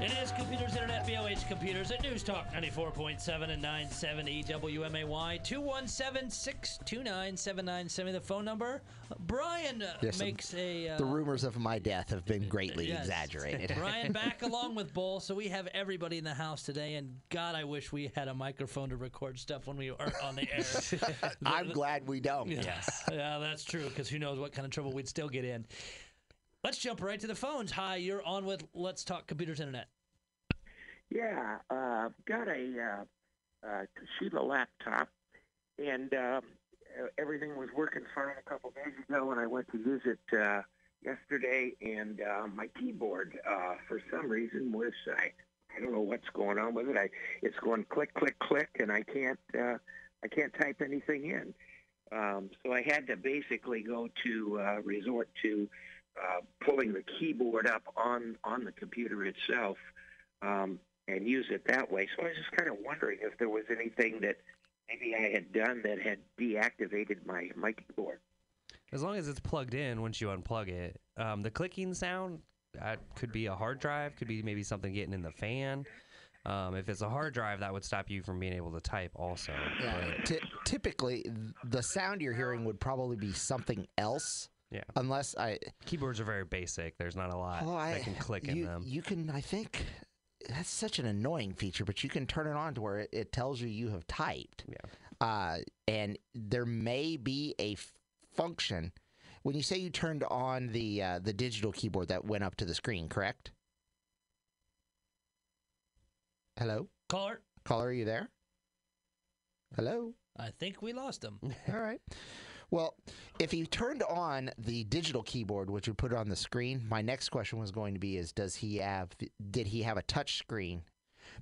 It is Computers Internet, BOH Computers at News Talk 94.7 and 970 WMAY 217 629 7970. The phone number. Brian uh, Yes, um, makes a. Uh, The rumors of my death have been greatly yes. exaggerated. Brian back along with Bull, so we have everybody in the house today. And God, I wish we had a microphone to record stuff when we are on the air. I'm glad we don't. yes. Yeah, that's true, because who knows what kind of trouble we'd still get in. Let's jump right to the phones. Hi, you're on with Let's Talk Computers Internet. Yeah, uh, got a uh, uh, Toshiba laptop, and uh, everything was working fine a couple days ago. And I went to use it uh, yesterday, and uh, my keyboard, uh, for some reason, was I, I don't know what's going on with it. I it's going click, click, click, and I can't uh, I can't type anything in. Um, so I had to basically go to uh, resort to uh, pulling the keyboard up on on the computer itself um, and use it that way. So I was just kind of wondering if there was anything that maybe I had done that had deactivated my my keyboard. As long as it's plugged in, once you unplug it, um, the clicking sound uh, could be a hard drive, could be maybe something getting in the fan. Um, if it's a hard drive, that would stop you from being able to type. Also, Yeah. But- Ty- typically, th- the sound you're hearing would probably be something else, yeah. unless I. Keyboards are very basic. There's not a lot Oh, I that can click you, in them. You can, I think, that's such an annoying feature, but you can turn it on to where it, it tells you you have typed. Yeah. Uh, and there may be a f- function. When you say you turned on the uh, the digital keyboard that went up to the screen, correct? Hello, Caller, caller, are you there? Hello. I think we lost him. All right. Well, if you turned on the digital keyboard, which would put it on the screen, my next question was going to be: Is does he have? Did he have a touch screen?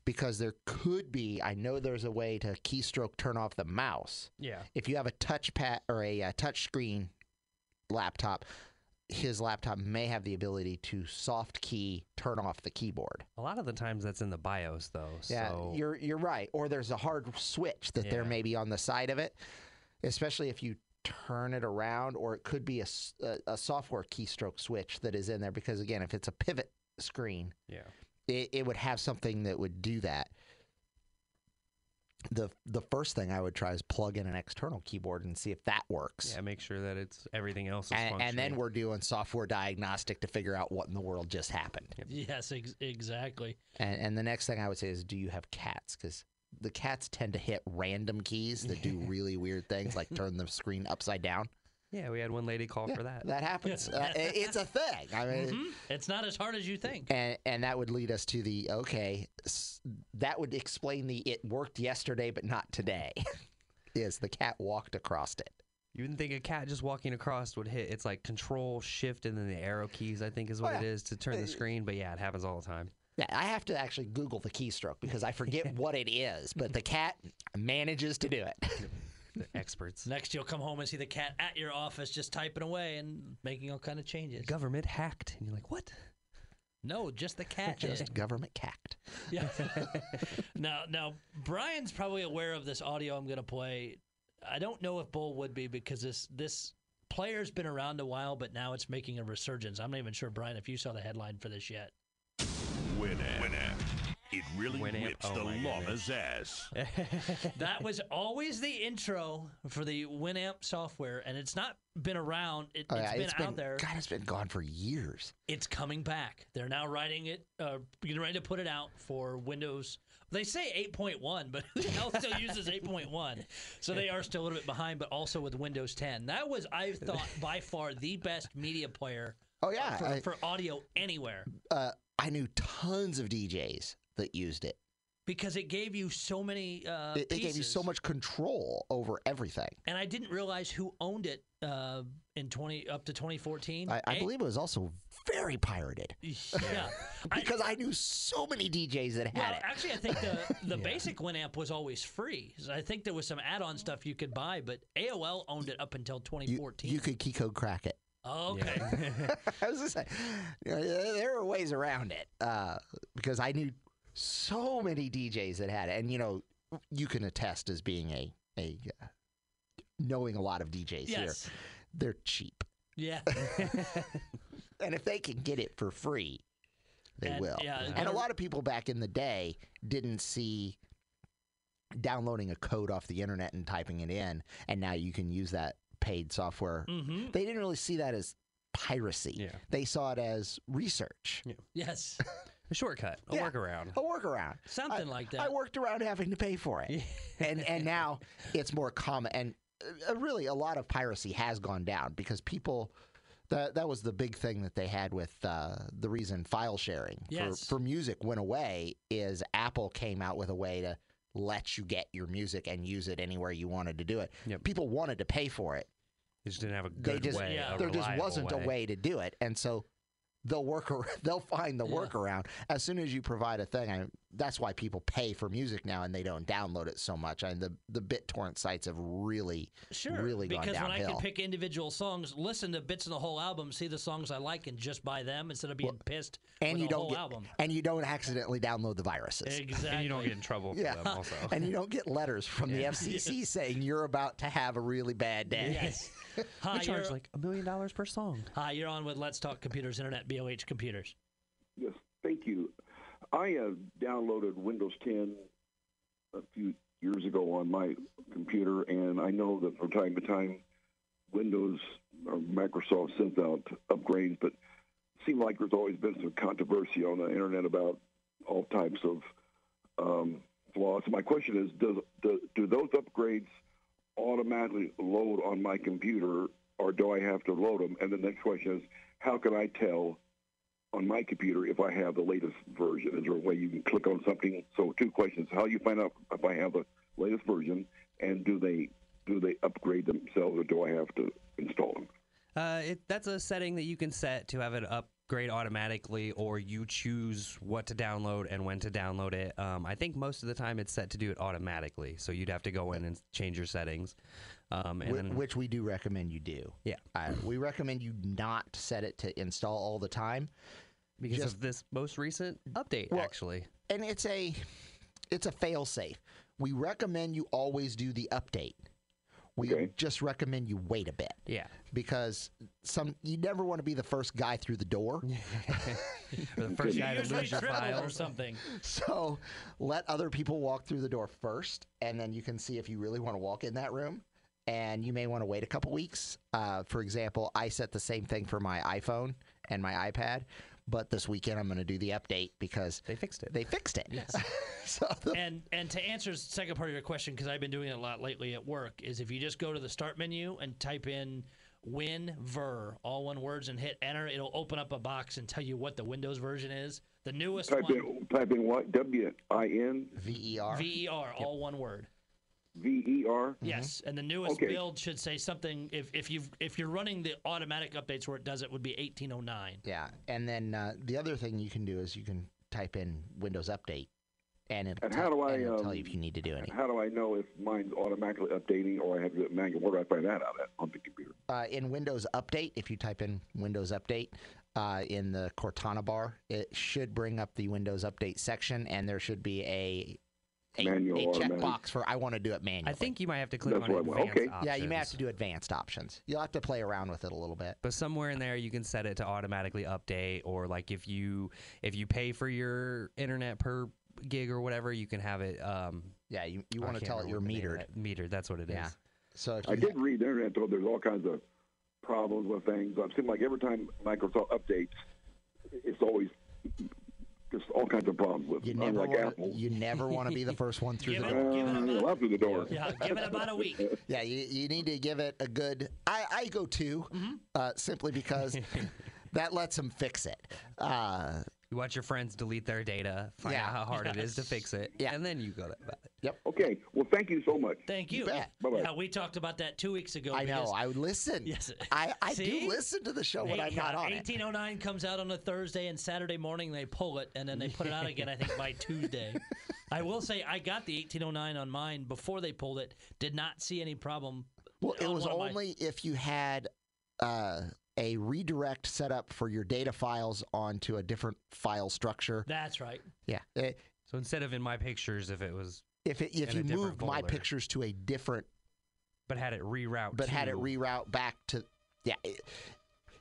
Because there could be. I know there's a way to keystroke turn off the mouse. Yeah. If you have a touchpad or a uh, touch screen laptop, his laptop may have the ability to soft key turn off the keyboard. A lot of the times that's in the BIOS though. Yeah, so you're you're right. Or there's a hard switch that there Yeah. may be on the side of it, especially if you turn it around, or it could be a, s- a- a software keystroke switch that is in there. Because again, if it's a pivot screen, yeah. it, it would have something that would do that. the The first thing I would try is plug in an external keyboard and see if that works. Yeah, make sure that it's everything else is And, and then functioning. we're doing software diagnostic to figure out what in the world just happened. Yes, ex- exactly. And, and the next thing I would say is, do you have cats? Because the cats tend to hit random keys that do really weird things, like turn the screen upside down. Yeah, we had one lady call for that. That happens. uh, i- it's a thing. I mean, Mhm. It's not as hard as you think. and and that would lead us to the okay. S- that would explain the it worked yesterday but not today. is the cat walked across it? You wouldn't think a cat just walking across would hit. It's like control, shift, and then the arrow keys, I think is what Oh, it yeah. is to turn the screen. But yeah, it happens all the time. Yeah, I have to actually Google the keystroke because I forget what it is, but the cat manages to do it. The experts. Next, you'll come home and see the cat at your office just typing away and making all kind of changes. Government hacked. And you're like, what? No, just the cat. Just government cacked. Yeah. now, now Brian's probably aware of this audio I'm going to play. I don't know if Bull would be because this this player's been around a while, but now it's making a resurgence. I'm not even sure, Brian, if you saw the headline for this yet. Winamp. It really Winamp. whips Oh the my Eh. llama's ass. That was always the intro for the Winamp software, and it's not been around. It, Oh, has yeah, been out there. God, it's been gone for years. It's coming back. They're now writing it, uh, getting ready to put it out for Windows. They say 8.1, but who the hell still uses 8.1? So they are still a little bit behind, but also with Windows 10. That was, I thought, by far the best media player Oh yeah, Uh, for, I- for audio anywhere uh, I knew tons of DJs that used it. because it gave you so many. Uh, It, it gave you pieces. so much control over everything. And I didn't realize who owned it uh, in 20 up to 2014. I, I Eh, believe it was also very pirated Yeah. I- because I, knew so many DJs that Well, had it. actually, I think the, the basic Winamp was always free. So I think there was some add-on stuff you could buy, but AOL owned it up until You, 2014. you could key code crack it. okay. I was just saying, you know, there there are ways around it uh, because I knew so many DJs that had it, and you know, you can attest as being a a uh, knowing a lot of DJs here. Yes. They're cheap, Yeah. and if they can get it for free, They And- will. yeah, And a gotta- lot of people back in the day didn't see downloading a code off the internet and typing it in, and now you can use that paid software. hmm They didn't really see that as piracy. Yeah. They saw it as research, Yes, A shortcut, a Yeah. workaround. a workaround. something I, like that. I worked around having to pay for it. and and now it's more common and uh, really a lot of piracy has gone down because people that that was the big thing that they had with uh, the reason file sharing Yes. for, for music went away is Apple came out with a way to let you get your music and use it anywhere you wanted to do it. Yep. People wanted to pay for it. They just didn't have a good They just- way. yeah. a there just reliable wasn't a way to do it, and so they'll work. Ar- they'll find the Yeah. workaround as soon as you provide a thing. I, that's why people pay for music now, and they don't download it so much. And the the BitTorrent sites have really sure, really gone because when I can downhill. pick individual songs, listen to bits of the whole album, see the songs I like, and just buy them instead of being pissed and with you the don't whole get, album. and you don't accidentally download the viruses. Exactly. And you don't get in trouble for Yeah. them also. And you don't get letters from the FCC saying you're about to have a really bad day. Yes. Hi, we you're, charge like a million dollars per song. hi, you're on with Let's Talk Computers Internet, BOH Computers. Yes, thank you. I uh, downloaded Windows 10 a few years ago on my computer, and I know that from time to time, Windows or Microsoft sends out upgrades, but it seemed like there's always been some controversy on the internet about all types of um, flaws. My question is, does, do, do those upgrades automatically load on my computer, or do I have to load them? And the next question is, how can I tell on my computer if I have the latest version? Is there a way you can click on something? So two questions: How do you find out if I have the latest version, and do they do they upgrade themselves, or do I have to install them? Uh, it, that's a setting that you can set to have it upgrade automatically, or you choose what to download and when to download it. Um, I think most of the time it's set to do it automatically, so you'd have to go in and change your settings. Um, and Whi- then, which we do recommend you do. yeah, Uh, we recommend you not set it to install all the time. because just- of this most recent update, Well, actually. and it's a it's a fail safe. We recommend you always do the update. We Okay. just recommend you wait a bit Yeah, because some you never want to be the first guy through the door. or the first You guy to Usually lose your triple or files. something. So let other people walk through the door first, and then you can see if you really want to walk in that room. And you may want to wait a couple weeks. Uh, for example, I set the same thing for my iPhone and my iPad, but this weekend I'm going to do the update because They fixed it. they fixed it. so the And and to answer the second part of your question, because I've been doing it a lot lately at work, is if you just go to the start menu and type in WinVer, all one words, and hit enter, it'll open up a box and tell you what the Windows version is. The newest Type one, in E type in what W I N VER. VER, E all one word. V E R. Yes, and the newest Okay. build should say something. If if you if you're running the automatic updates where it does it would be 1809. Yeah, and then uh, the other thing you can do is you can type in Windows Update, and it'll, And how tell- do I, and it'll tell you um, if you need to do any. How do I know if mine's automatically updating, or I have to do it manual? Where do I find that out at on the computer? Uh, in Windows Update, if you type in Windows Update uh, in the Cortana bar, it should bring up the Windows Update section, and there should be a a, Manual a automatic. checkbox for I want to do it manually. I think you might have to click That's on what I advanced want. Okay. options. Yeah, you may have to do advanced options. You'll have to play around with it a little bit. but somewhere in there you can set it to automatically update or like if you if you pay for your internet per gig or whatever you can have it um Yeah, you, you I want to can't tell it you're remember the name of metered. that- metered that's what it is Yeah. So if I you did read the internet though. There's all kinds of problems with things. It seems like every time Microsoft updates, it's always just all kinds of problems with. you never unlike wanna, Apple. you never want to be the first one through Give the it- door. give it a Uh, month. well, through the door. Yeah, give it about a week. Yeah, you, you need to give it a good. I, I go 2 Mm-hmm. uh, simply because that lets them fix it. Uh, you watch your friends delete their data find Yeah. out how hard it is to fix it Yeah. and then you go that about it Okay. Well, thank you so much. Thank you. bet. Bye-bye. Yeah, we talked about that two weeks Oh, ago. I know. because I would listen. Yes. I, I do See? listen to the show when eight- I'm not yeah, on it. 1809 comes out on a Thursday, and Saturday morning they pull it, and then they put it out again. I think by Tuesday. I will say I got the 1809 on mine before they pulled it. Did not see any problem. Well, Oh, it on was one of my- only if you had uh, a redirect set up for your data files onto a different file structure. That's right. Yeah. Eh, so instead of in my pictures if it was If it, if And you a different moved my folder. pictures to a different but had it reroute but had it to- reroute back to yeah it,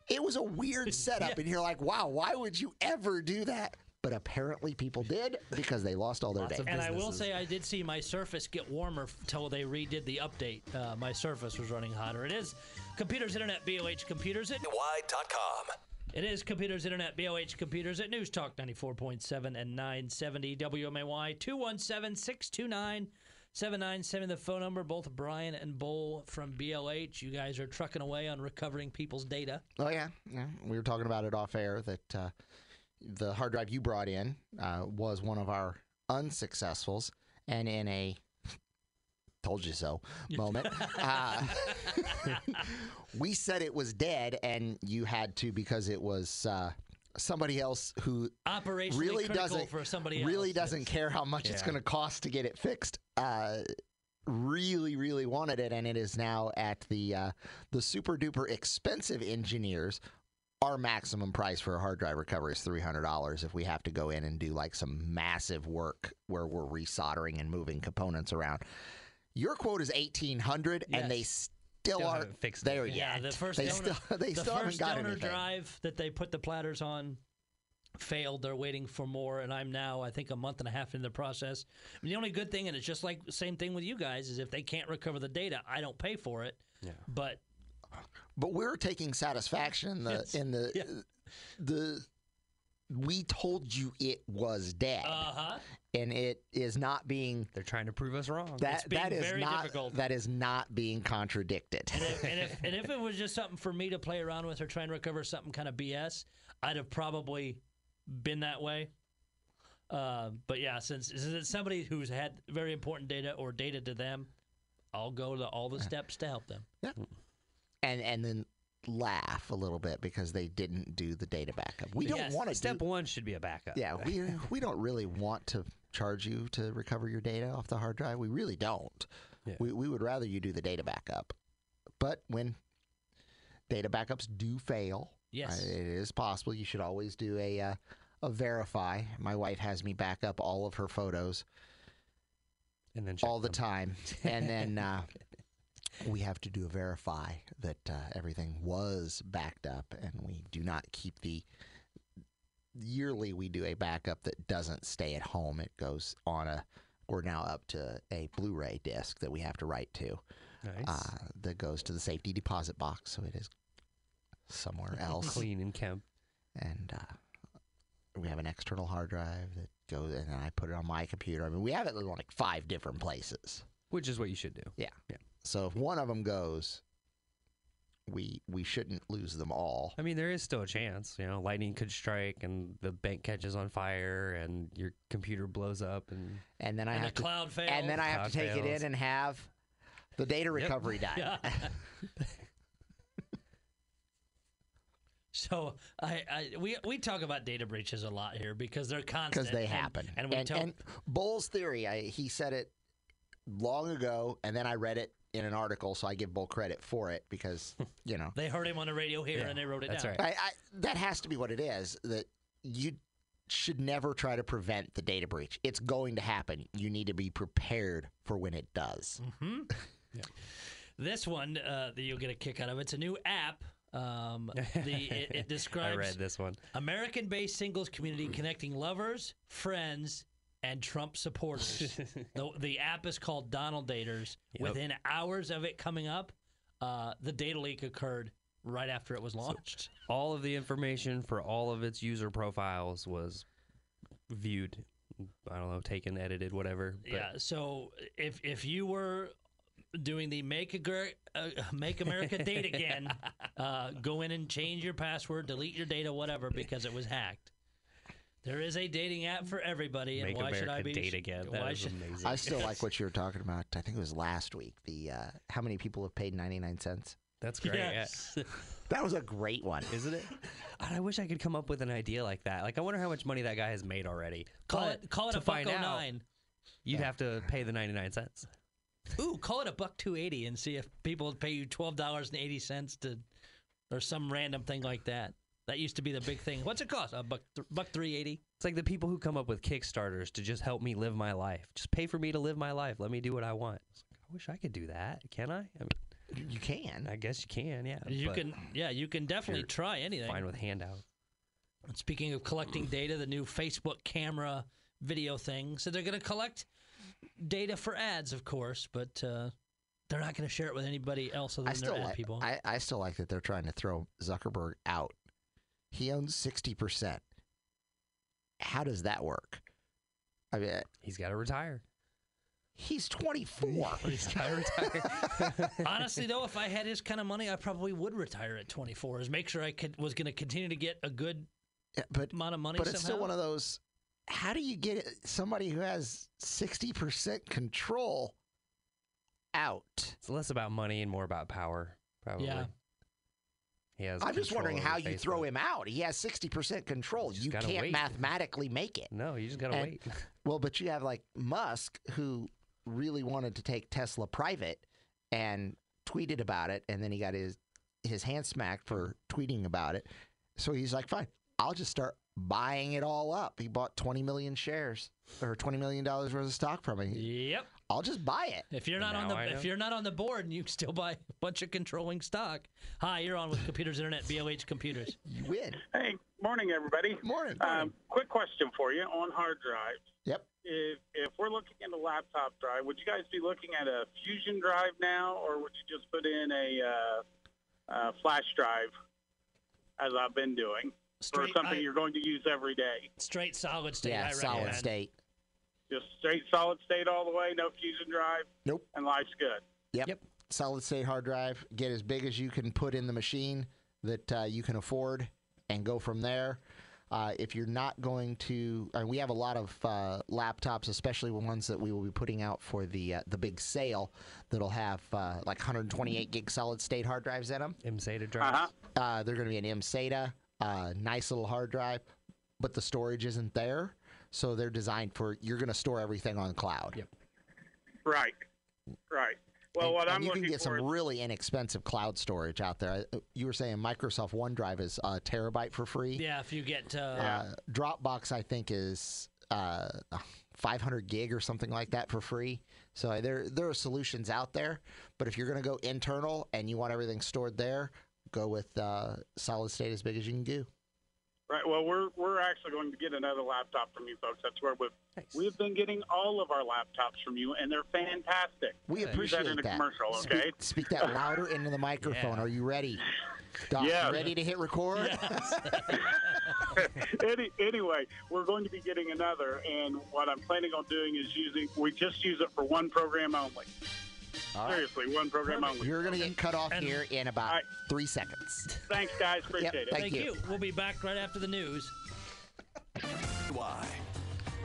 it was a weird setup and you're like wow why would you ever do that but apparently people did because they lost all their Lots data. of And I will businesses. say I did see my Surface get warmer f- till they redid the update. Uh, my Surface was running hotter. It is computers, internet, boh computers. It, NY.com. it is computers, internet, boh computers at News Talk ninety four point seven and nine seventy WMAY 217-629-7970 the phone number. Both Brian and Bull from BLH. You guys are trucking away on recovering people's data. Oh yeah, yeah. We were talking about it off air that uh, the hard drive you brought in uh, was one of our unsuccessfuls, and in a told you so moment, uh, we said it was dead, and you had to because it was uh, somebody else who Operationally really critical doesn't for somebody else. really doesn't care how much it's Yeah. going to cost to get it fixed. Uh, really, really wanted it, and it is now at the uh, the super duper expensive engineers. Our maximum price for a hard drive recovery is three hundred dollars. If we have to go in and do like some massive work where we're resoldering and moving components around, your quote is eighteen hundred, dollars and they still, aren't haven't fixed it. there Yeah, yet. the first they donor, still they the still haven't first got donor anything. drive that they put the platters on failed. They're waiting for more, and I'm now I think a month and a half into the process. I mean, the only good thing, and it's just like the same thing with you guys, is if they can't recover the data, I don't pay for it. Yeah. But but we're taking satisfaction in the Yes. in the Yeah. the we told you it was dead uh huh. and it is not being They're trying to prove us wrong. that being that is very not difficult. that is not being contradicted And if, and if and if it was just something for me to play around with or try and recover something kind of BS, I'd have probably been that way. Uh, but yeah, since since it's somebody who's had very important data or data to them, I'll go to all the steps to help them. and and then laugh a little bit because they didn't do the data backup we don't Yes, want to Step do, one should be a backup. yeah we we don't really want to charge you to recover your data off the hard drive we really don't Yeah. we, we would rather you do the data backup but when data backups do fail Yes. Uh, it is possible. You should always do a uh, a verify. My wife has me back up all of her photos and then all the time, and then uh, we have to do a verify that uh, everything was backed up, and we do not keep the. Yearly, we do a backup that doesn't stay at home. It goes on a. We're now up to a Blu-ray disc that we have to write to nice. uh, that goes to the safety deposit box, so it is somewhere else clean and kept. and uh, we have an external hard drive that goes, and I put it on my computer. I mean, we have it in like five different places. Which is what you should do. So if one of them goes, we we shouldn't lose them all. I mean, there is still a chance. You know, lightning could strike, and the bank catches on fire, and your computer blows up, and And then I and the have to, cloud fails. and then I have Cloud to take it fails. in and have the data recovery done. Yeah. so I, I we we talk about data breaches a lot here because they're constant because they and- happen. and, we tell Bull's theory, I, he said it long ago, and then I read it in an article, so I give Bull credit for it because you know they heard him on the radio here Yeah, and they wrote it that's down. right. I, I, that has to be what it is. That you should never try to prevent the data breach. It's going to happen. You need to be prepared for when it does. This one uh, that you'll get a kick out of. It's a new app. Um, the it, it I describes read this one. American-based singles community Mm. connecting lovers, friends, and Trump supporters. the, the app is called Donald Daters. Within hours of it coming up, uh, the data leak occurred right after it was launched. All of the information for all of its user profiles was viewed. I don't know, taken, edited, whatever. But yeah. So if if you were doing the make Amer- uh, make America date again, uh, go in and change your password, delete your data, whatever, because it was hacked. There is a dating app for everybody, and Make why should I America be date again. That Why was should amazing. I still like what you were talking about. I think it was last week. The uh, how many people have paid ninety nine cents? That's great. yeah. Yes. That was a great one. Isn't it? God, I wish I could come up with an idea like that. Like, I wonder how much money that guy has made already. Call But it call it to a buck find out, 09. You'd have to pay the 99 cents. Ooh, call it a buck 280 and see if people would pay you $12.80 to or some random thing like that. That used to be the big thing. What's it cost? A buck th- buck 380. It's like the people who come up with Kickstarters to just help me live my life. Just pay for me to live my life. Let me do what I want. It's like, I wish I could do that. Can I? I mean, You can. I guess you can. Yeah. You but can yeah, you can definitely you're try anything. fine with handouts. And Speaking of collecting data, the new Facebook camera video thing. So they're going to collect data for ads, of course, but uh, they're not going to share it with anybody else other I than still their ad like. people. I, I still like that they're trying to throw Zuckerberg out. He owns sixty percent. How does that work? I mean, He's got to retire. he's twenty four. He's got to retire. Honestly, though, if I had his kind of money, I probably would retire at 24. Is make sure I could was going to continue to get a good but amount of money. but it's somehow. still one of those. How do you get it- somebody who has sixty percent control out? it's less about money and more about power, probably. Yeah. He has I'm just control wondering over how you throw Facebook. him out. He has sixty percent control. Just You gotta can't wait. mathematically make it. No, you just got to And- wait. Well, but you have like Musk who really wanted to take Tesla private and tweeted about it, and then he got his his hand smacked for tweeting about it. So he's like, "Fine, I'll just start buying it all up." He bought twenty million shares or twenty million dollars worth of stock from it. Yep. I'll just buy it. If you're And not on now I the know. if you're not on the board and you can still buy a bunch of controlling stock, hi, you're on with Computers Internet, BOH Computers. You win. Hey, morning, everybody. Morning. Um, quick question for you on hard drives. Yep. If, if we're looking at a laptop drive, would you guys be looking at a Fusion drive now, or would you just put in a uh, uh, flash drive, as I've been doing, for Straight, something I- you're going to use every day? straight solid state. yeah, I solid recommend. state. Just straight solid state all the way, no Fusion drive. Nope. And life's good. solid state hard drive. Get as big as you can put in the machine that uh, you can afford, and go from there. Uh, if you're not going to, and we have a lot of uh, laptops, especially ones that we will be putting out for the uh, the big sale that'll have uh, like 128 gig solid state hard drives in them. MSATA drives. Uh-huh. Uh, they're going to be an mSATA, uh, nice little hard drive, but the storage isn't there, so they're designed for you're going to store everything on cloud. Yep. Right. Right. Well, and, what and I'm you can looking get some for is really inexpensive cloud storage out there. I- You were saying Microsoft OneDrive is a terabyte for free. Yeah, if you get uh, Uh, Dropbox, I think, is uh, 500 gig or something like that for free. So uh, there there are solutions out there, but if you're going to go internal and you want everything stored there, go with uh, solid state as big as you can do. Right. Well, we're we're actually going to get another laptop from you folks. That's where we've we've been getting all of our laptops from you, and they're fantastic. We Okay. Use that appreciate in a that. commercial, okay? Speak, speak that louder into the microphone. Yeah. Are you ready? Doc, you Yeah. ready to hit record? Any, anyway, we're going to be getting another, and what I'm planning on doing is using. We just use it for one program only. All right. Seriously, one program only. You're going to get cut off And- here in about Alright. three seconds. Thanks, guys. Appreciate it. thank Thank you. you. We'll be back right after the news. Why?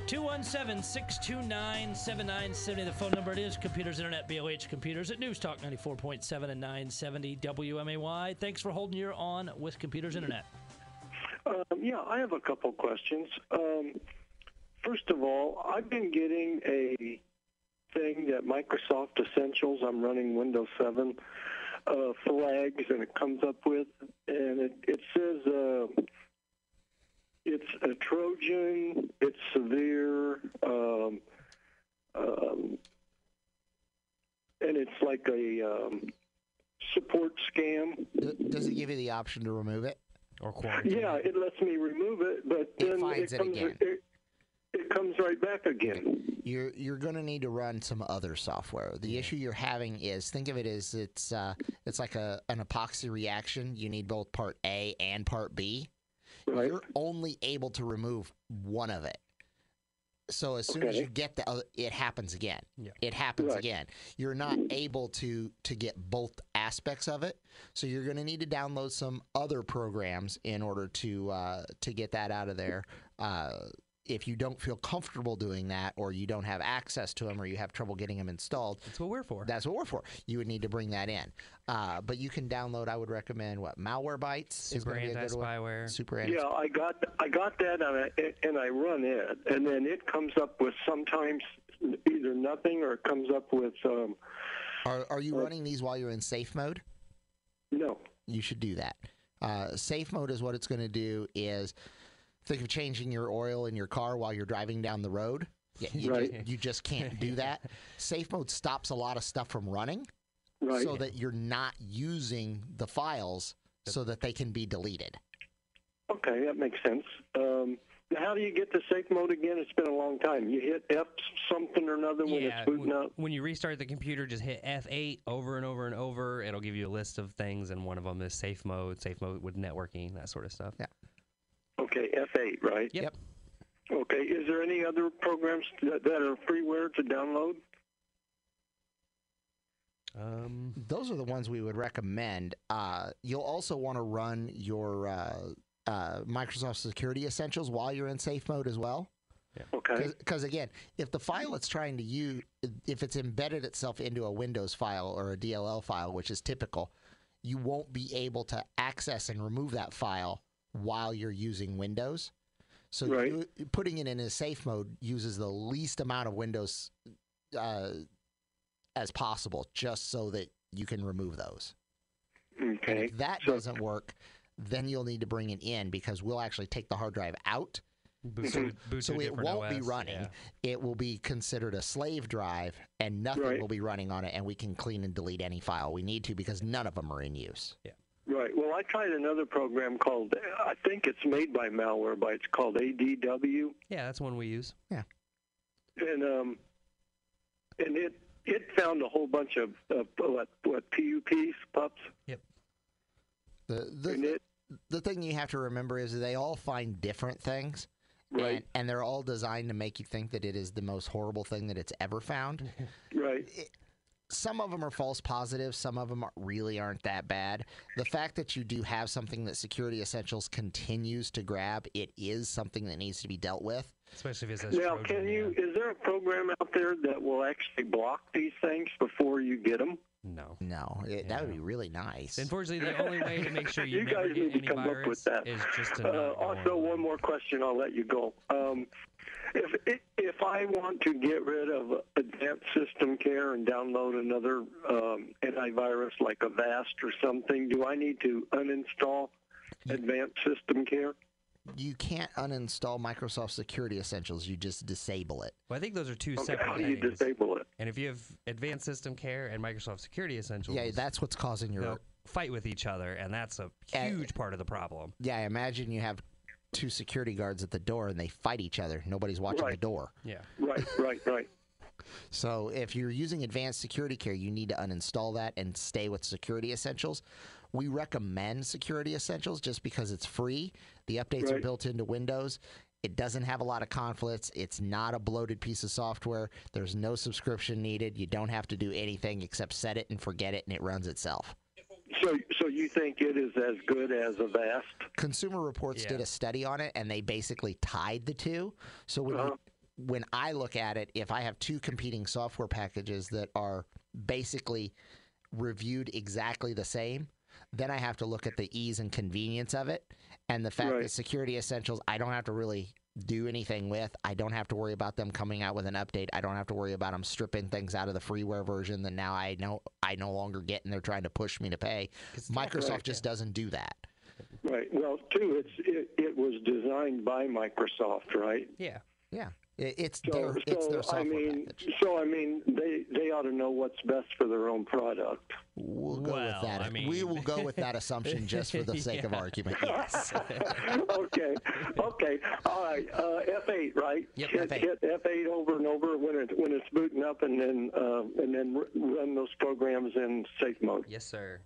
217 629 7970. The phone number it is Computers Internet, BOH Computers at News Talk 94.7 and 970 WMAY. Thanks for holding your on with Computers Internet. Um, yeah, I have a couple questions. Um, first of all, I've been getting a thing that Microsoft Essentials, I'm running Windows 7, uh, flags, and it comes up with, and it, it says uh, it's a Trojan, it's severe, um, um, and it's like a um, support scam. D- Does it give you the option to remove it? Or quarantine. Yeah, it lets me remove it, but It then finds it it comes again. It, it comes right back again. You're you're going to need to run some other software. The issue you're having is think of it as it's uh, it's like a an epoxy reaction. You need both part A and part B. Right. You're only able to remove one of it. So as soon as Okay. you get the other, it happens again. Yeah. It happens Right. again. You're not able to to get both aspects of it. So you're going to need to download some other programs in order to uh, to get that out of there. Uh, if you don't feel comfortable doing that, or you don't have access to them, or you have trouble getting them installed, That's what we're for. that's what we're for. You would need to bring that in. Uh, but you can download. I would recommend what malware bites is Super going to be a anti good one. spyware. Super anti. Yeah, I got I got that and I, and I run it, and then it comes up with sometimes either nothing or it comes up with um, Are, are you Uh, running these while you're in safe mode? no. You should do that. Uh, safe mode is what it's going to do is think of changing your oil in your car while you're driving down the road. Yeah, you, ju- Right. you just can't do that. safe mode stops a lot of stuff from running Right. so that you're not using the files so that they can be deleted. Okay, that makes sense. Um, now how do you get to safe mode again? It's been a long time. You hit F something or another when yeah, it's booting w- up. when you restart the computer, just hit F8 over and over and over. It'll give you a list of things, and one of them is safe mode, safe mode with networking, that sort of stuff. Yeah. Okay, F8, right? Yep. Yep. Okay, is there any other programs that, that are freeware to download? Um, Those are the ones we would recommend. Uh, you'll also want to run your uh, uh, Microsoft Security Essentials while you're in safe mode as well. Okay. Because again, if the file it's trying to use, if it's embedded itself into a Windows file or a DLL file, which is typical, you won't be able to access and remove that file while you're using Windows. So Right. you, putting it in a safe mode uses the least amount of Windows uh, as possible, just so that you can remove those. And Okay. if that So- doesn't work, then you'll need to bring it in because we'll actually take the hard drive out boot, So- to- boot so to a it different won't be OS, running. yeah. It will be considered a slave drive, and nothing Right. will be running on it. And we can clean and delete any file we need to because none of them are in use. Right. Well, I tried another program called, I think it's made by malware, but it's called ADW, Yeah, that's one we use. and um, and it it found a whole bunch of, of what what PUPs pups, The and the, it the thing you have to remember is they all find different things, right and, and they're all designed to make you think that it is the most horrible thing that it's ever found. right some of them are false positives, some of them really aren't that bad. The fact that you do have something that Security Essentials continues to grab, it is something that needs to be dealt with. Especially if it says now. Trojan, Can you? yeah. Is there a program out there that will actually block these things before you get them? No. No, it, that would be really nice. Unfortunately, the only way to make sure you, You never guys get need to any come up virus with that. is just to not Uh, go also, online. one more question. I'll let you go. Um, if if I want to get rid of Advanced System Care and download another um, antivirus like a Vast or something, do I need to uninstall Advanced System Care? You can't uninstall Microsoft Security Essentials, you just disable it. Well, I think those are two Okay, separate how do you headings. disable it? And if you have advanced system care and Microsoft Security Essentials, Yeah, that's what's causing your. they'll fight with each other, and that's a Uh, huge part of the problem. Yeah, imagine you have two security guards at the door and they fight each other. Nobody's watching the Right. door. Yeah. Right, right, right. So if you're using advanced security care, you need to uninstall that and stay with security essentials. We recommend security essentials just because it's free. The updates are Right. built into Windows. It doesn't have a lot of conflicts. It's not a bloated piece of software. There's no subscription needed. You don't have to do anything except set it and forget it and it runs itself. So, so you think it is as good as a Vast? Consumer Reports did Yeah. a study on it and they basically tied the two. So when Uh-huh. you, when I look at it, if I have two competing software packages that are basically reviewed exactly the same, then I have to look at the ease and convenience of it and the fact Right. that security essentials I don't have to really do anything with. I don't have to worry about them coming out with an update. I don't have to worry about them stripping things out of the freeware version that now I know I no longer get and they're trying to push me to pay. 'Cause it's not Microsoft correct, just yeah. doesn't do that. Right. Well, two, it's it, it was designed by Microsoft, right? Yeah. Yeah. It, it's So, their it's so their software I mean, package. so I mean, they they ought to know what's best for their own product. We'll go Well, with that. I we mean- will go with that assumption just for the sake of Yeah. argument. Yes. okay, okay, all right. Uh, F eight, right? Yep, hit, F8. hit F eight over and over when it when it's booting up, and then uh, and then r- run those programs in safe mode. Yes, sir.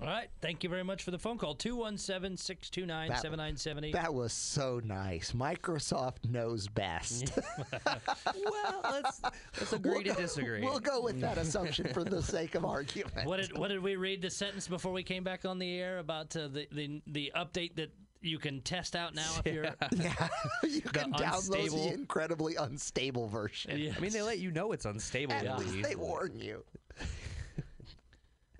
All right. Thank you very much for the phone call. 217 629 7978. that was so nice. Microsoft knows best. well, let's let's agree to disagree. we'll go with that assumption for the sake of argument. What did, what did we read the sentence before we came back on the air about uh, the, the the update that you can test out now if you're. yeah, you can download unstable- the incredibly unstable version. Yeah. I mean, they let you know it's unstable. At at least least. they warn you.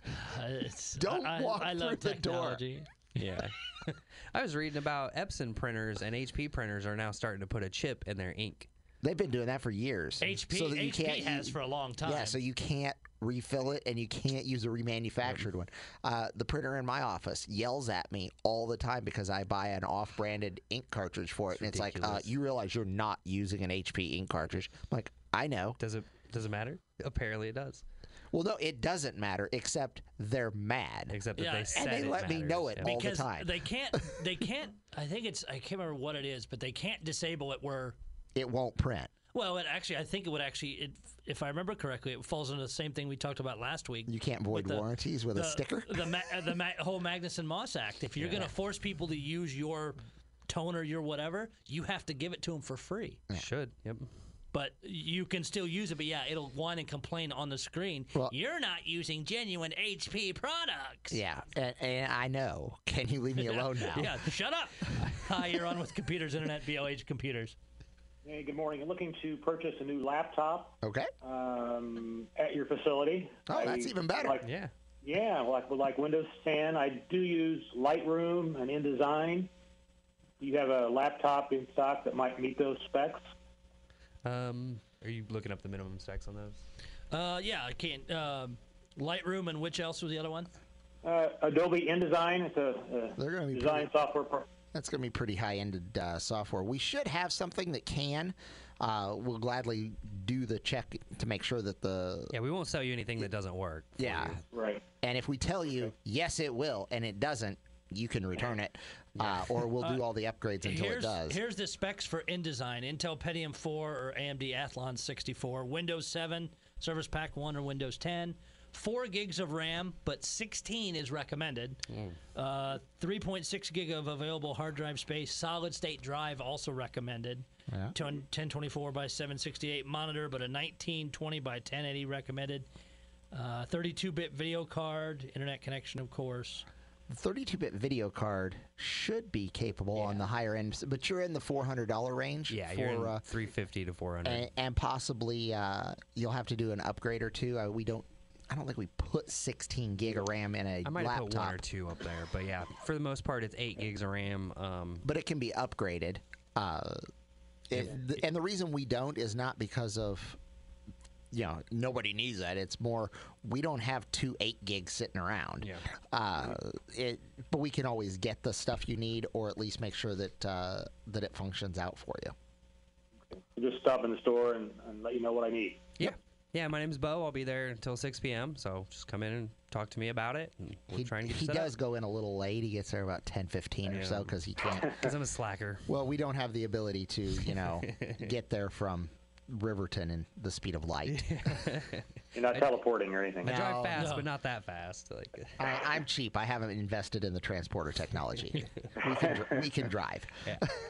Uh, it's- Don't I, I- walk I love through the door. technology. Yeah. I was reading about Epson printers and HP printers are now starting to put a chip in their ink. They've been doing that for years. HP, so that you HP can't has u- for a long time. Yeah, so you can't refill it and you can't use a remanufactured one. Uh, the printer in my office yells at me all the time because I buy an off branded ink cartridge for it. and it's like, uh, ridiculous. you realize you're not using an HP ink cartridge. I'm like, I know. Does it? Does it matter? Apparently, it does. Well, no, it doesn't matter, except they're mad. Except that Yeah, they and said they it let me matters, know it yeah. all the because time. they can't. They can't. I think it's. I can't remember what it is, but they can't disable it. Where It won't print. well, it actually. I think it would actually. It, if I remember correctly, it falls into the same thing we talked about last week. You can't void the- warranties with a sticker. The ma- uh, the ma- whole Magnuson Moss Act. If you're going to force people to use your toner, your whatever, you have to give it to them for free. Should. Yep. But you can still use it. But yeah, it'll whine and complain on the screen. Well- you're not using genuine HP products. Yeah, and, and I know. Can you leave me alone now? Yeah, shut up. Hi, you're on with Computers Internet, BLH Computers. Hey, good morning. I'm looking to purchase a new laptop Okay. um, at your facility. Oh, that's even better. Like, Yeah. yeah, like like Windows 10. I do use Lightroom and InDesign. Do you have a laptop in stock that might meet those specs? Um, are you looking up the minimum specs on those? Uh, yeah, I can't. Um, Lightroom and which else was the other one? Uh, Adobe InDesign. It's a, They're gonna a be design software. Pro- That's going to be pretty high ended uh, software. We should have something that can. Uh, we'll gladly do the check to make sure that the. Yeah, we won't sell you anything that doesn't work. for Yeah. you. right. And if we tell you, yes, it will, and it doesn't, you can return it. Uh, or we'll do all the upgrades until it here's, does. here's the specs for InDesign Intel Pentium 4 or AMD Athlon 64, Windows 7, Service Pack 1 or Windows 10, 4 gigs of RAM, but 16 is recommended, Mm. uh, 3.6 gig of available hard drive space, solid state drive also recommended, 10, 1024 by 768 monitor, but a 1920 by 1080 recommended. Uh, 32-bit video card, internet connection, of course. The 32 bit video card should be capable on the higher end, but you're in the $400 range. Yeah, for, you're in uh, 350 to 400. and, and possibly uh, you'll have to do an upgrade or two. Uh, we don't. I don't think we put 16 gig of RAM in a I might have laptop, put one or two up there, but yeah, for the most part, it's eight gigs of RAM. Um, but it can be upgraded. Uh, if th- and the reason we don't is not because of you know nobody needs that. It's more we don't have two eight gigs sitting around. Yeah. Uh, it, but we can always get the stuff you need, or at least make sure that uh, that it functions out for you. Just stop in the store and, and let you know what I need. yeah. Yeah, my name's Bo. I'll be there until 6 p.m. So just come in and talk to me about it. And we'll he try and get he you set does go in a little late. He gets there about 10, 15 or so because he can't. Because I'm a slacker. Well, we don't have the ability to, you know, get there from Riverton in the speed of light. You're not teleporting or anything. I No, drive fast, no. but not that fast. Like, I, I'm cheap. I haven't invested in the transporter technology. we, can, dr- we can drive.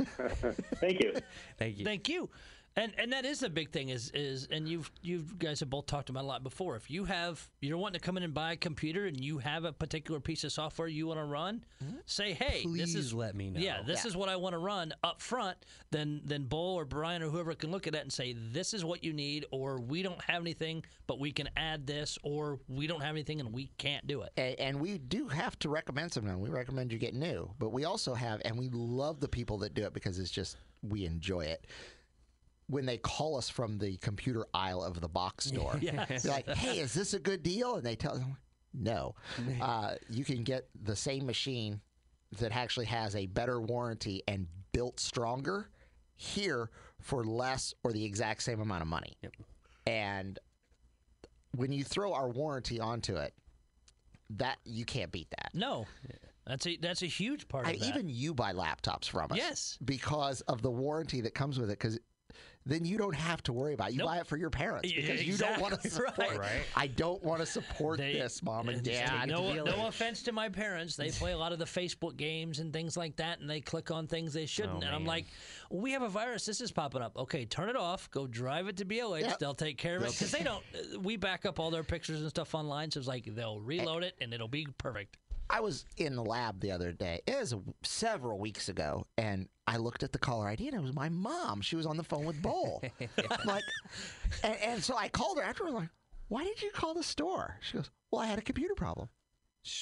Thank you. thank you. Thank you. And and that is the big thing is is and you've you guys have both talked about it a lot before. If you have you're wanting to come in and buy a computer and you have a particular piece of software you want to run, say hey, this Mm-hmm. Please is let me know. Yeah, this is what I want to run up front. Then then Bull or Brian or whoever can look at that and say this is what you need, or we don't have anything, but we can add this, or we don't have anything and we can't do it. And, and we do have to recommend something. We recommend you get new, but we also have, and we love the people that do it because it's just, we enjoy it. When they call us from the computer aisle of the box store, Yes. They're like, hey, is this a good deal? And they tell them, no. Uh, you can get the same machine that actually has a better warranty and built stronger here for less or the exact same amount of money. And when you throw our warranty onto it, that you can't beat that. No, that's a that's a huge part I, of that. even you buy laptops from us. Yes. Because of the warranty that comes with it. Because then you don't have to worry about it. You Nope. buy it for your parents Yeah, because you don't want to exactly support. right. Right. I don't want to support They- this, mom and Yeah, dad. no, no offense to my parents. They play a lot of the Facebook games and things like that, and they click on things they shouldn't. and I'm man. like, we have a virus. This is popping up. Okay, turn it off. Go drive it to BLH. Yeah. They'll take care of it because they don't. uh, We back up all their pictures and stuff online, so it's like they'll reload it and it'll be perfect. I was in the lab the other day. It was several weeks ago, and I looked at the caller ID, and it was my mom. She was on the phone with Bowl. I'm like, and, and so I called her afterwards. Like, why did you call the store? She goes, Well, I had a computer problem.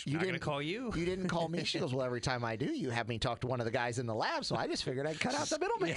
You not gonna call you. You didn't call me. She goes, Well, every time I do, you have me talk to one of the guys in the lab, so I just figured I'd cut out the middleman.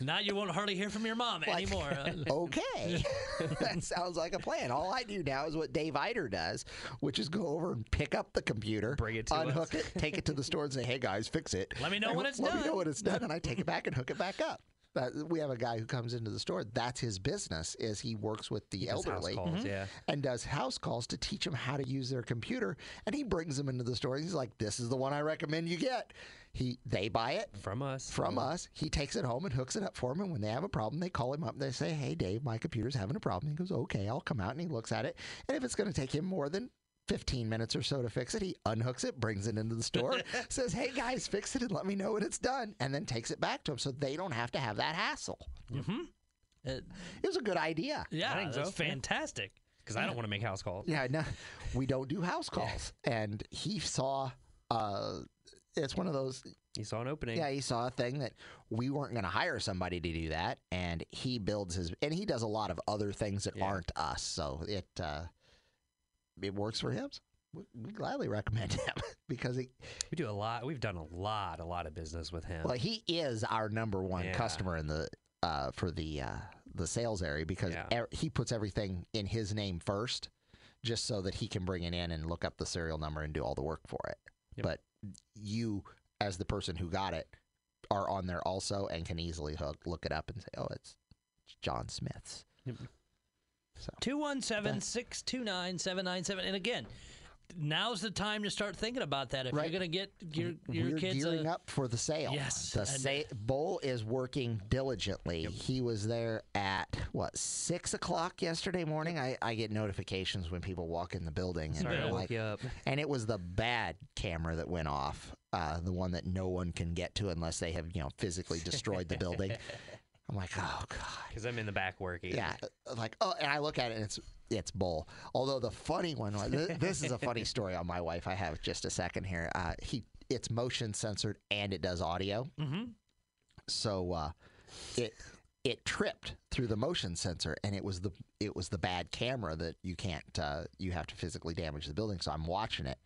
Now you won't hardly hear from your mom anymore. oh, okay. that sounds like a plan. All I do now is what Dave Eider does, which is go over and pick up the computer, Bring it to unhook it, take it to the store and say, hey guys, fix it. Let me know And when it's let me done. know when it's done. And I take it back and hook it back up. That we have a guy who comes into the store. That's his business. Is he works with the does house elderly Mm-hmm. calls, Mhm. yeah. and does house calls to teach them how to use their computer. And he brings them into the store. He's like, "This is the one I recommend you get." He they buy it from us. From us, he takes it home and hooks it up for them. And when they have a problem, they call him up and they say, "Hey, Dave, my computer's having a problem." He goes, "Okay, I'll come out." And he looks at it. And if it's going to take him more than 15 minutes or so to fix it. He unhooks it, brings it into the store, says, Hey guys, fix it and let me know when it's done, and then takes it back to them so they don't have to have that hassle. Mm-hmm. It was a good idea. Yeah, think that's so. fantastic. Because I don't want to make house calls. Yeah, no, we don't do house calls. And he saw, uh, it's one of those. You saw an opening. Yeah, he saw a thing that we weren't going to hire somebody to do that, and he builds his, and he does a lot of other things that aren't us. So it uh, it works for him. We, we gladly recommend him because he, We do a lot. We've done a lot, a lot of business with him. Well, he is our number one Yeah. customer in the uh, for the uh, the sales area because er- he puts everything in his name first, just so that he can bring it in and look up the serial number and do all the work for it. But you, as the person who got it, are on there also and can easily hook, look it up and say, "Oh, it's John Smith's." 217 629 797. And again, now's the time to start thinking about that. If you're going to get your, your We're kids. gearing a, up for the sale. Yes, the and- sa- Bull is working diligently. He was there at what six o'clock yesterday morning. I, I get notifications when people walk in the building, and Sorry, I they're woke like, you up. and it was the bad camera that went off, uh, the one that no one can get to unless they have you know physically destroyed the building. I'm like, oh god. Because I'm in the back working. Yeah, uh, like oh, and I look at it and it's it's bull. Although the funny one was th- this is a funny story on my wife. I have just a second here. Uh, he it's motion censored and it does audio, Mhm. so uh, it it tripped through the motion sensor and it was the it was the bad camera that you can't uh, you have to physically damage the building. So I'm watching it,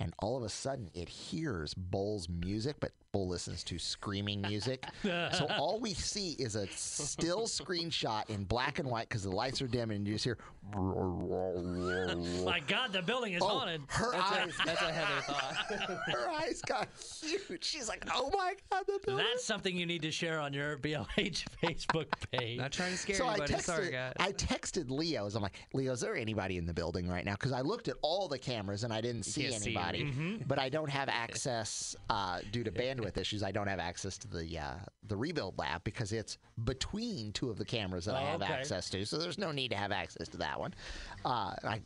and all of a sudden it hears bull's music, but bull listens to screaming music. so all we see is a still screenshot in black and white because the lights are dim and you just hear. My God, the building is Oh, haunted. her That's eyes. what- that's what Heather thought. Her eyes got huge. She's like, "Oh my god, the building!" That's something you need to share on your BLH Facebook page. Not trying to scare so anybody. I texted, Sorry, guys. I texted Leo. I'm like, Leo, is there anybody in the building right now? Because I looked at all the cameras and I didn't see can't see anybody. anybody. But I don't have access uh, due to bandwidth issues. I don't have access to the uh, the rebuild lab because it's between two of the cameras that I Oh, have okay. access to. So there's no need to have access to that one. Uh, I.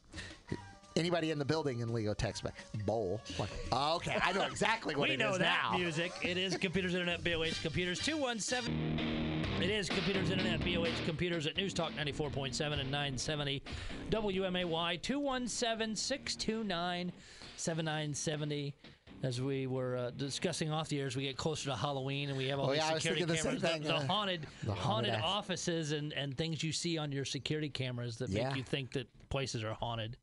Anybody in the building in Leo text back bowl. Like, okay, I know exactly what we it know is that now. music. It is Computers Internet BOH Computers 217. It is Computers Internet BOH Computers at News Talk 94.7 and 970 WMAY 217 629 7970. As we were uh, discussing off the air, as we get closer to Halloween and we have all Oh, these yeah, I was security thinking the cameras, same thing, the, uh, haunted, the haunted haunted, act. offices and, and things you see on your security cameras that Yeah. make you think that places are haunted.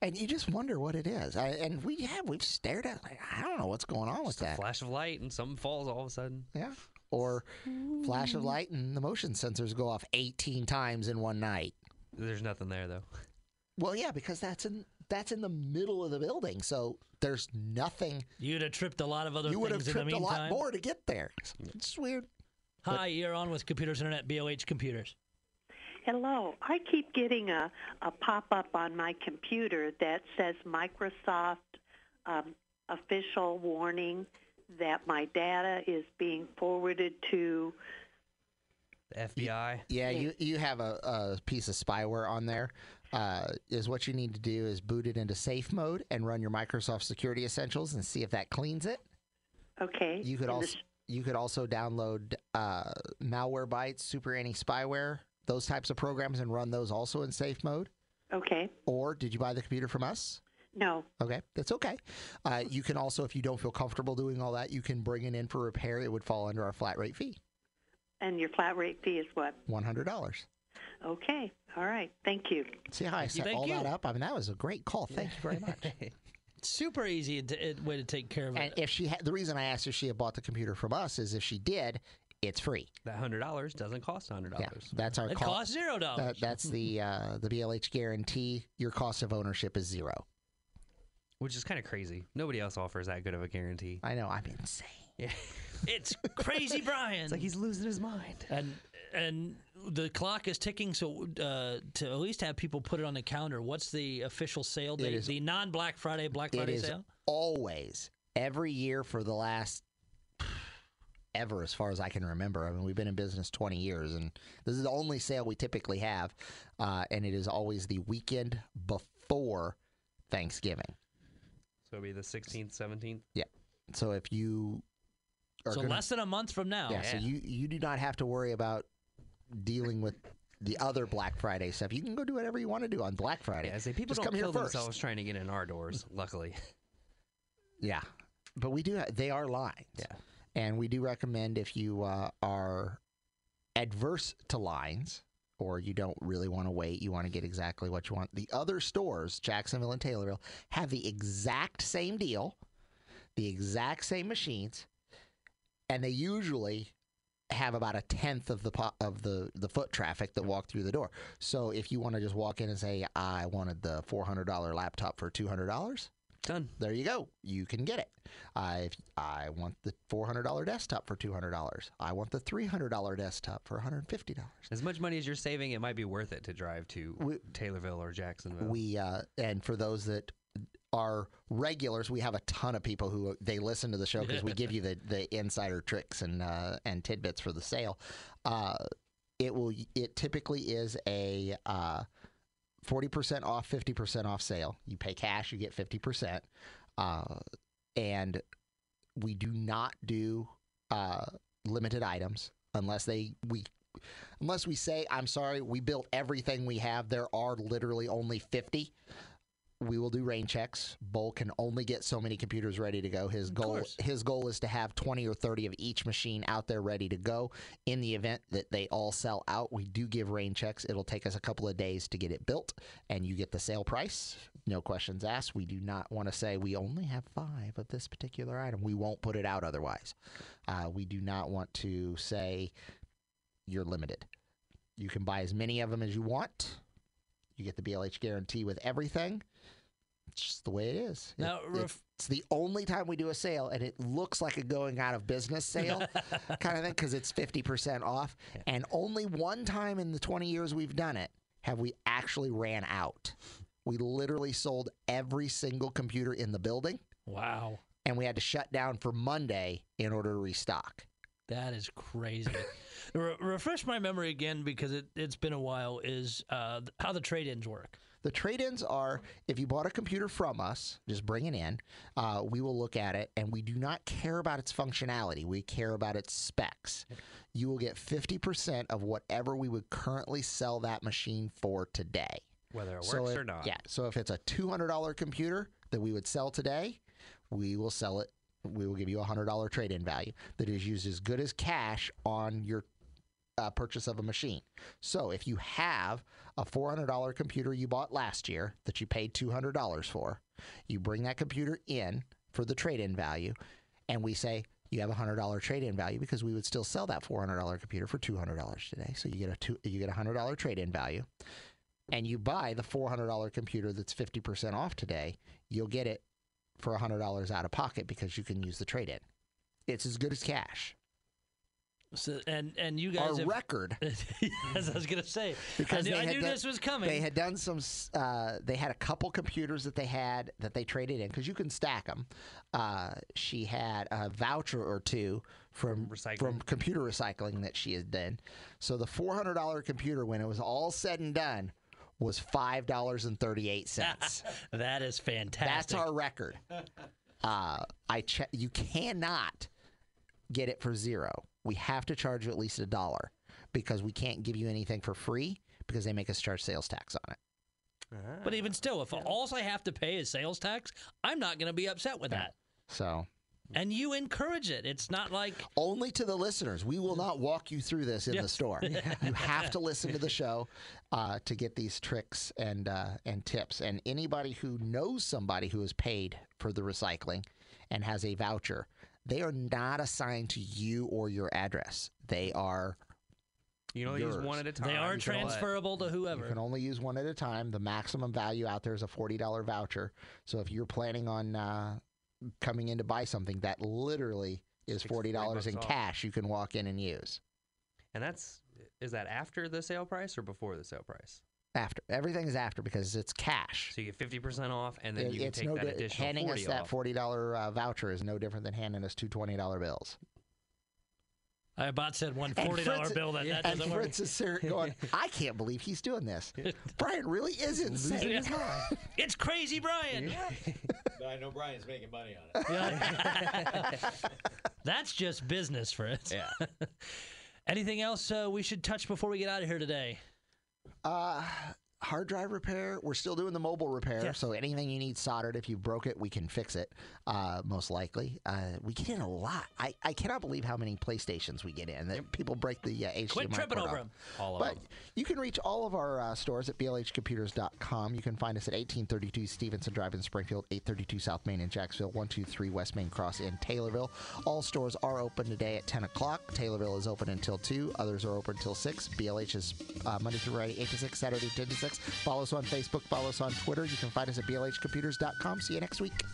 And you just wonder what it is. I, and we have we've stared at it, like I don't know what's going on with that. Flash of light and something falls all of a sudden. Yeah. Or flash of light and the motion sensors go off 18 times in one night. There's nothing there though. Well, yeah, because that's in that's in the middle of the building, so there's nothing. You'd have tripped a lot of other you would have things in the tripped a meantime. lot more to get there. It's weird. Hi, you're on with Computers Internet, BOH Computers. Hello. I keep getting a, a pop-up on my computer that says Microsoft um, official warning that my data is being forwarded to. The FBI. Yeah, you you have a, a piece of spyware on there. Uh, is what you need to do is boot it into safe mode and run your Microsoft Security Essentials and see if that cleans it. Okay. You could And also this- you could also download uh, malware bytes, super anti spyware, those types of programs, and run those also in safe mode. Okay. Or did you buy the computer from us? No. Okay, that's okay. Uh, you can also, if you don't feel comfortable doing all that, you can bring it in for repair. It would fall under our flat rate fee, And your flat rate fee is what? one hundred dollars. Okay. All right. Thank you. See how I Thank you, set thank all that you. up? I mean, that was a great call. Thank you very much. Super easy to, it, way to take care of and it. if she, had, the reason I asked if she had bought the computer from us is if she did, it's free. That hundred dollars doesn't cost hundred Yeah, dollars. that's our It call. costs zero dollars. That, that's the uh, the BLH guarantee. Your cost of ownership is zero. Which is kind of crazy. Nobody else offers that good of a guarantee. I know. I'm insane. Yeah. It's crazy Brian. It's like he's losing his mind. And and the clock is ticking, so uh, to at least have people put it on the calendar. What's the official sale It date? is- the non Black Friday Black It Friday is sale. always every year for the last ever, as far as I can remember. I mean, we've been in business 20 years, and this is the only sale we typically have, uh, and it is always the weekend before Thanksgiving. So it'll be the 16th, 17th. Yeah. So if you are So gonna- less than a month from now. yeah, so you you do not have to worry about dealing with the other Black Friday stuff. You can go do whatever you want to do on Black Friday. I say people Just don't come kill here first. themselves trying to get in our doors. Luckily, Yeah, but we do. ha- They are lines. Yeah, and we do recommend if you uh, are adverse to lines or you don't really want to wait, you want to get exactly what you want. The other stores, Jacksonville and Taylorville, have the exact same deal, the exact same machines, and they usually have about a tenth of the po- of the the foot traffic that walk through the door. So if you want to just walk in and say I wanted the $400 laptop for $200, done. There you go. You can get it. I if I want the $400 desktop for $200. I want the $300 desktop for $150. as much money as you're saving, it might be worth it to drive to Taylorville or Jacksonville. We uh, and for those that are regulars, we have a ton of people who they listen to the show because we give you the the insider tricks and uh, and tidbits for the sale. Uh, it will. It typically is a. Uh, 40% off, 50% off sale. You pay cash, you get 50%. Uh, and we do not do uh, limited items unless they we unless we say I'm sorry, we built everything we have. There are literally only 50. We will do rain checks. Bull can only get so many computers ready to go. His goal course. his goal is to have 20 or 30 of each machine out there ready to go. In the event that they all sell out, we do give rain checks. It'll take us a couple of days to get it built and you get the sale price. No questions asked. We do not want to say we only have five of this particular item. We won't put it out otherwise. Uh, we do not want to say you're limited. You can buy as many of them as you want. You get the BLH guarantee with everything. It's just the way it is. It- Now, it- ref- it's the only time we do a sale, and it looks like a going out of business sale kind of thing because it's 50% off. And only one time in the 20 years we've done it have we actually ran out. We literally sold every single computer in the building, Wow. and we had to shut down for Monday in order to restock. That is crazy. Re- refresh my memory again because it, it's been a while. Is uh, th- how the trade ins work? The trade ins are if you bought a computer from us, just bring it in. Uh, we will look at it, and we do not care about its functionality. We care about its specs. You will get 50% of whatever we would currently sell that machine for today. Whether it So works if- or not. Yeah. So if it's a $200 computer that we would sell today, we will sell it. We will give you a $100 trade in value that is used as good as cash on your uh, purchase of a machine. So if you have a $400 computer you bought last year that you paid $200 for, you bring that computer in for the trade in value, and we say, you have a hundred dollar trade in value because we would still sell that four hundred dollar computer for two hundred dollars today. So you get a two, you get a hundred dollar trade in value and you buy the $400 computer that's 50% off today, you'll get it for $100 out of pocket because you can use the trade in. It's as good as cash. So, and and you guys Our have, record. As I was gonna say, Because I knew, they I had knew done- this was coming. They had done some. s- Uh, they had a couple computers that they had that they traded in because you can stack them. Uh, she had a voucher or two from from computer recycling that she had done. So the four hundred dollar computer, when it was all said and done, was five dollars and thirty eight cents. that is fantastic. That's our record. Uh, I che- you cannot get it for zero. We have to charge you at least a dollar because we can't give you anything for free because they make us charge sales tax on it. But even still, if all I have to pay is sales tax, I'm not going to be upset with that. So And you encourage it. It's not like only to the listeners. We will not walk you through this in the Yes. store. you have to listen to the show uh, to get these tricks and uh, and tips. And anybody who knows somebody who is paid for the recycling and has a voucher, they are not assigned to you or your address. They are You can only use yours. one at a time. they are You can only- transferable to whoever. You can only use one at a time. The maximum value out there is a $40 voucher. So if you're planning on uh, coming in to buy something, that literally is forty dollars in bucks off. cash you can walk in and use And that's is that after the sale price or before the sale price? after everything's after because it's cash. So you get fifty percent off, and then It- you can it's take no that di- additional handing forty us that off. forty dollar uh, voucher is no different than handing us two twenty dollar bills. I about said one And forty dollar Fritz- bill. That, that and doesn't work. Fritz is ser- going. I can't believe he's doing this. Brian really is insane. It's crazy, Brian. No, I know Brian's making money on it. That's just business, Fritz. Yeah. Anything else uh, we should touch before we get out of here today? Uh, hard drive repair. We're still doing the mobile repair. Yes. So anything you need soldered, if you broke it, we can fix it. Uh, most likely. Uh, we get in a lot. I, I cannot believe how many PlayStations we get in. That people break the uh, HDMI Quit tripping port over off. them. All of but them. you can reach all of our uh, stores at blhcomputers.com. You can find us at 1832 Stevenson Drive in Springfield, 832 South Main in Jacksonville, 123 West Main Cross in Taylorville. All stores are open today at 10 o'clock. Taylorville is open until 2. Others are open until 6. BLH is uh, Monday through Friday, 8 to 6, Saturday, 10 to 6. Follow us on Facebook. Follow us on Twitter. You can find us at blhcomputers.com. See you next week.